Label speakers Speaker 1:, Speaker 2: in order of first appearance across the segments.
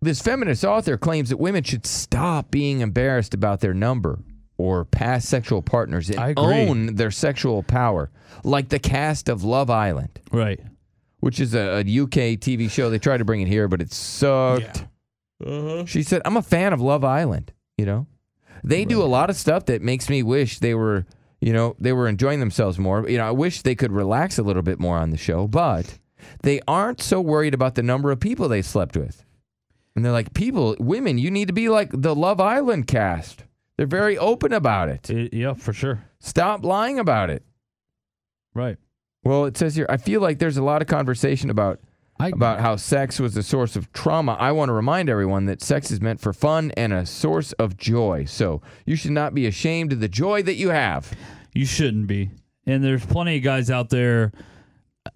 Speaker 1: This feminist author claims that women should stop being embarrassed about their number or past sexual partners
Speaker 2: I
Speaker 1: and
Speaker 2: agree.
Speaker 1: own their sexual power, like the cast of Love Island,
Speaker 2: Right.
Speaker 1: which is a, a UK TV show. They tried to bring it here, but it sucked. She said, I'm a fan of Love Island, you know? They do a lot of stuff that makes me wish they were, you know, they were enjoying themselves more. You know, I wish they could relax a little bit more on the show, but they aren't so worried about the number of people they slept with. And they're like, people, women, you need to be like the Love Island cast. They're very open about it.
Speaker 2: I- yeah, for sure.
Speaker 1: Stop lying about it.
Speaker 2: Right.
Speaker 1: Well, it says here, I feel like there's a lot of conversation about
Speaker 2: I
Speaker 1: about how sex was a source of trauma, I want to remind everyone that sex is meant for fun and a source of joy. So you should not be ashamed of the joy that you have.
Speaker 2: you shouldn't be. And there's plenty of guys out there.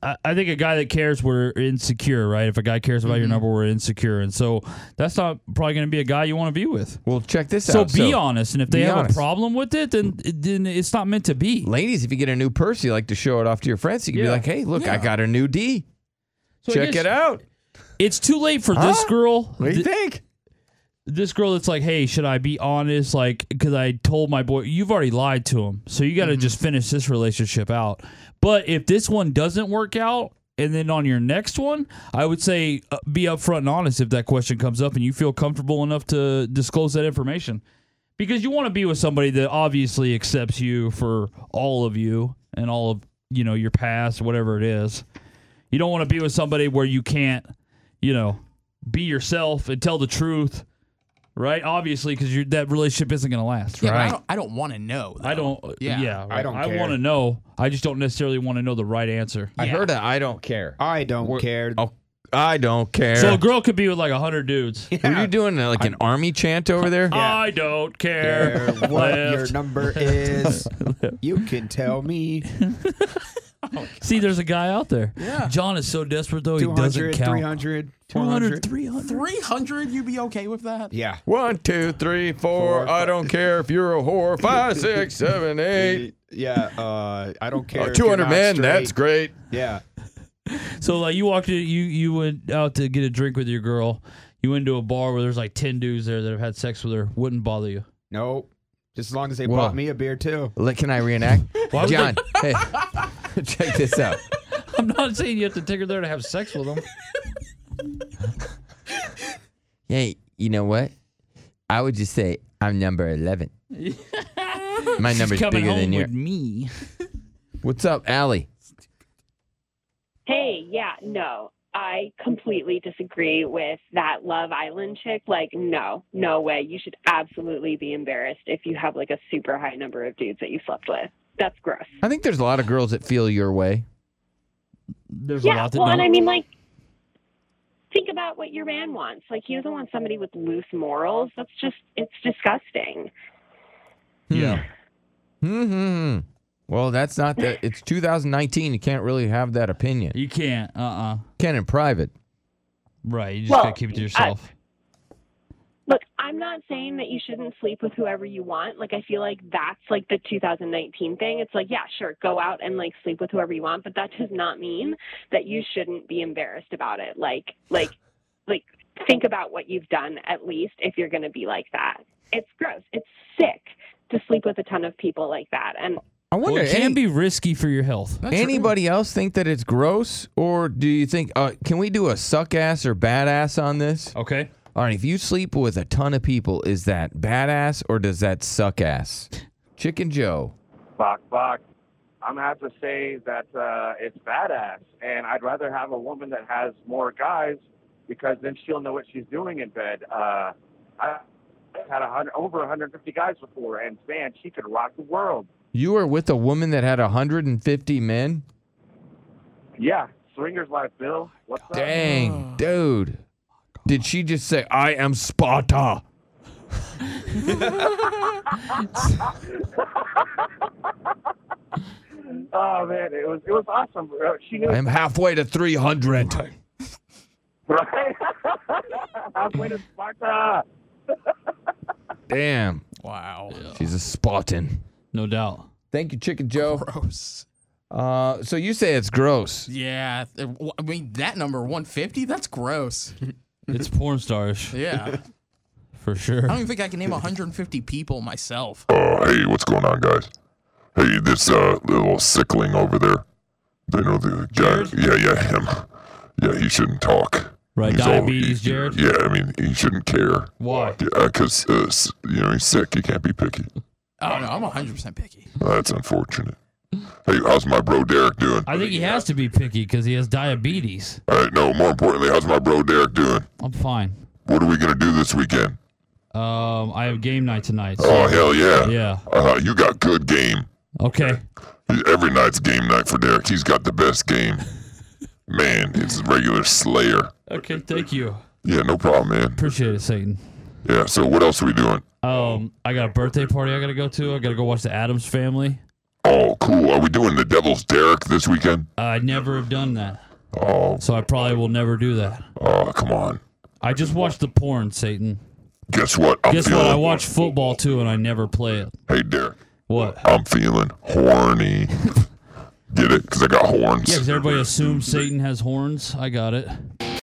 Speaker 2: I, I think a guy that cares, we're insecure, right? If a guy cares about your number, we're insecure, and so that's not probably going to be a guy you want to be with.
Speaker 1: Well, check this
Speaker 2: So
Speaker 1: out.
Speaker 2: be honest, and if they
Speaker 1: be
Speaker 2: have
Speaker 1: honest.
Speaker 2: a problem with it, then then it's not meant to be.
Speaker 1: Ladies, if you get a new purse, you like to show it off to your friends. You can be
Speaker 2: Yeah.
Speaker 1: like, hey, look, I
Speaker 2: Yeah.
Speaker 1: got a new D.
Speaker 2: So I
Speaker 1: check
Speaker 2: guess
Speaker 1: it out.
Speaker 2: It's too late for this
Speaker 1: Huh?
Speaker 2: girl.
Speaker 1: What do you
Speaker 2: th-
Speaker 1: think?
Speaker 2: this girl that's like, hey, should I be honest? Like, because I told my boy, you've already lied to him. So you got to just finish this relationship out. But if this one doesn't work out, and then on your next one, I would say uh, be upfront and honest if that question comes up and you feel comfortable enough to disclose that information. Because you want to be with somebody that obviously accepts you for all of you and all of, you know, your past, whatever it is. You don't want to be with somebody where you can't, you know, be yourself and tell the truth, right? Obviously, because that relationship isn't going to last.
Speaker 3: Yeah,
Speaker 2: right?
Speaker 3: but I don't, I don't want to know.
Speaker 2: I don't. uh, Yeah,
Speaker 3: Yeah,
Speaker 4: I don't
Speaker 2: I
Speaker 4: care.
Speaker 2: want to know. I just don't necessarily want to know the right answer.
Speaker 1: I heard that. I don't care.
Speaker 4: I don't
Speaker 1: We're-
Speaker 4: care.
Speaker 1: Oh, I don't care.
Speaker 2: So a girl could be with like a hundred dudes.
Speaker 1: Were you doing uh, like an army chant over there?
Speaker 2: I don't care.
Speaker 4: care what your
Speaker 2: Left.
Speaker 4: number is. you can tell me.
Speaker 2: See, there's a guy out there. Yeah. John is so desperate though he doesn't
Speaker 4: 200,
Speaker 2: count.
Speaker 4: 300,
Speaker 2: 200,
Speaker 4: 400.
Speaker 2: 300.
Speaker 3: 300, you'd be okay with that?
Speaker 4: Yeah.
Speaker 1: One, two, three, four.
Speaker 4: Four,
Speaker 1: I don't care if you're a whore. Five, six, seven, eight.
Speaker 4: Yeah. Uh, I don't care.
Speaker 1: Oh,
Speaker 4: if you're
Speaker 1: 200
Speaker 4: not
Speaker 1: men. That's
Speaker 4: straight.
Speaker 1: great.
Speaker 4: Yeah.
Speaker 2: So like you walked, in, you you went out to get a drink with your girl. You went to a bar where there's like ten dudes there that have had sex with her. Wouldn't bother you.
Speaker 4: Nope. Just as long as they
Speaker 1: Whoa.
Speaker 4: bought me a beer, too.
Speaker 1: Let, can I reenact?
Speaker 2: Why would
Speaker 1: John, hey, check this out.
Speaker 2: I'm not saying you have to take her there to have sex with them.
Speaker 1: Hey, you know what? I would just say I'm number 11. My number's
Speaker 2: Coming
Speaker 1: bigger
Speaker 2: home
Speaker 1: than
Speaker 2: with
Speaker 1: yours.
Speaker 2: me.
Speaker 1: What's up, Allie?
Speaker 5: Hey, yeah, no. I completely disagree with that Love Island chick. Like, no, no way. You should absolutely be embarrassed if you have like a super high number of dudes that you slept with. That's gross.
Speaker 1: I think there's a lot of girls that feel your way.
Speaker 2: There's a
Speaker 5: Yeah,
Speaker 2: lot that
Speaker 5: well, and
Speaker 2: don't-
Speaker 5: I mean, like, think about what your man wants. Like, he doesn't want somebody with loose morals. That's just, it's disgusting.
Speaker 2: yeah.
Speaker 1: hmm Well, that's not the. It's 2019. You can't really have that opinion. You
Speaker 2: You can't. Uh uh
Speaker 1: can in private.
Speaker 2: Right. You just
Speaker 5: Well,
Speaker 2: gotta keep it to
Speaker 5: I-
Speaker 2: yourself.
Speaker 5: Look, I'm not saying that you shouldn't sleep with whoever you want. Like, I feel like that's like the 2019 thing. It's like, yeah, sure, go out and like sleep with whoever you want, but that does not mean that you shouldn't be embarrassed about it. Like, like, like, think about what you've done at least if you're going to be like that. It's gross. It's sick to sleep with a ton of people like that. And
Speaker 1: I wonder.
Speaker 2: Well, it can
Speaker 1: any-
Speaker 2: be risky for your health.
Speaker 1: Anybody else think that it's gross, or do you think? Uh, can we do a suck ass or badass on this?
Speaker 2: Okay.
Speaker 1: All right, if you sleep with a ton of people, is that badass or does that suck ass? Chicken Joe.
Speaker 6: Bach, Bach. I'm gonna have to say that uh, it's badass, and I'd rather have a woman that has more guys because then she'll know what she's doing in bed. Uh, I had a hundred, over 150 guys before, and man, she could rock the world.
Speaker 1: You were with a woman that had 150 men?
Speaker 6: Yeah, swingers life, Bill. What's up?
Speaker 1: Dang, dude. Did she just say, I am Sparta?
Speaker 6: Oh man, it was it was awesome. Uh, She knew
Speaker 1: I am halfway to 300.
Speaker 6: right. Halfway to Sparta.
Speaker 1: Damn.
Speaker 3: Wow.
Speaker 1: She's a Spartan.
Speaker 2: No doubt.
Speaker 1: Thank you, Chicken Joe.
Speaker 3: Gross.
Speaker 1: Uh, so you say it's gross.
Speaker 3: Yeah. th- w- I mean, that number 150, that's gross.
Speaker 2: It's porn stars
Speaker 3: Yeah.
Speaker 2: for sure.
Speaker 3: I don't even think I can name 150 people myself.
Speaker 7: Uh, hey, what's going on, guys? Hey, this uh, little sickling over there. They know the guy. Yeah, yeah, him. Yeah, he shouldn't talk.
Speaker 2: Right,
Speaker 7: He's all-
Speaker 2: diabetes,
Speaker 7: he-
Speaker 2: Jared?
Speaker 7: Yeah, I mean, he shouldn't care.
Speaker 2: Why?
Speaker 7: Because uh, s- you know he's sick. He can't be picky.
Speaker 3: Oh, no, I'm 100% picky.
Speaker 7: That's unfortunate. Hey, how's my bro Derek doing?
Speaker 2: I think he has to be picky because he has diabetes.
Speaker 7: All right, no. More importantly, how's my bro Derek doing?
Speaker 2: I'm fine.
Speaker 7: What are we gonna do this weekend?
Speaker 2: Um, I have game night tonight. So
Speaker 7: Oh hell yeah!
Speaker 2: yeah.
Speaker 7: Uh, you got good game.
Speaker 2: Okay.
Speaker 7: Every night's game night for Derek. He's got the best game. Man, it's a regular slayer.
Speaker 2: Okay. Thank you.
Speaker 7: Yeah, no problem, man.
Speaker 2: Appreciate it, Satan.
Speaker 7: Yeah, so what else are we doing?
Speaker 2: Um, I got a birthday party I gotta go to. I gotta go watch the Adams Family.
Speaker 7: Oh, cool. Are we doing the Devil's Derek this weekend?
Speaker 2: I never have done that,
Speaker 7: Oh,
Speaker 2: so I probably will never do that.
Speaker 7: oh, come on.
Speaker 2: I just watch the porn, Satan.
Speaker 7: Guess what? I'm
Speaker 2: Guess
Speaker 7: feeling.
Speaker 2: what? I watch football too, and I never play it.
Speaker 7: Hey, Derek,
Speaker 2: What?
Speaker 7: I'm feeling horny. Get it? Because I got horns.
Speaker 2: Yeah, because everybody assumes Satan has horns. I got it.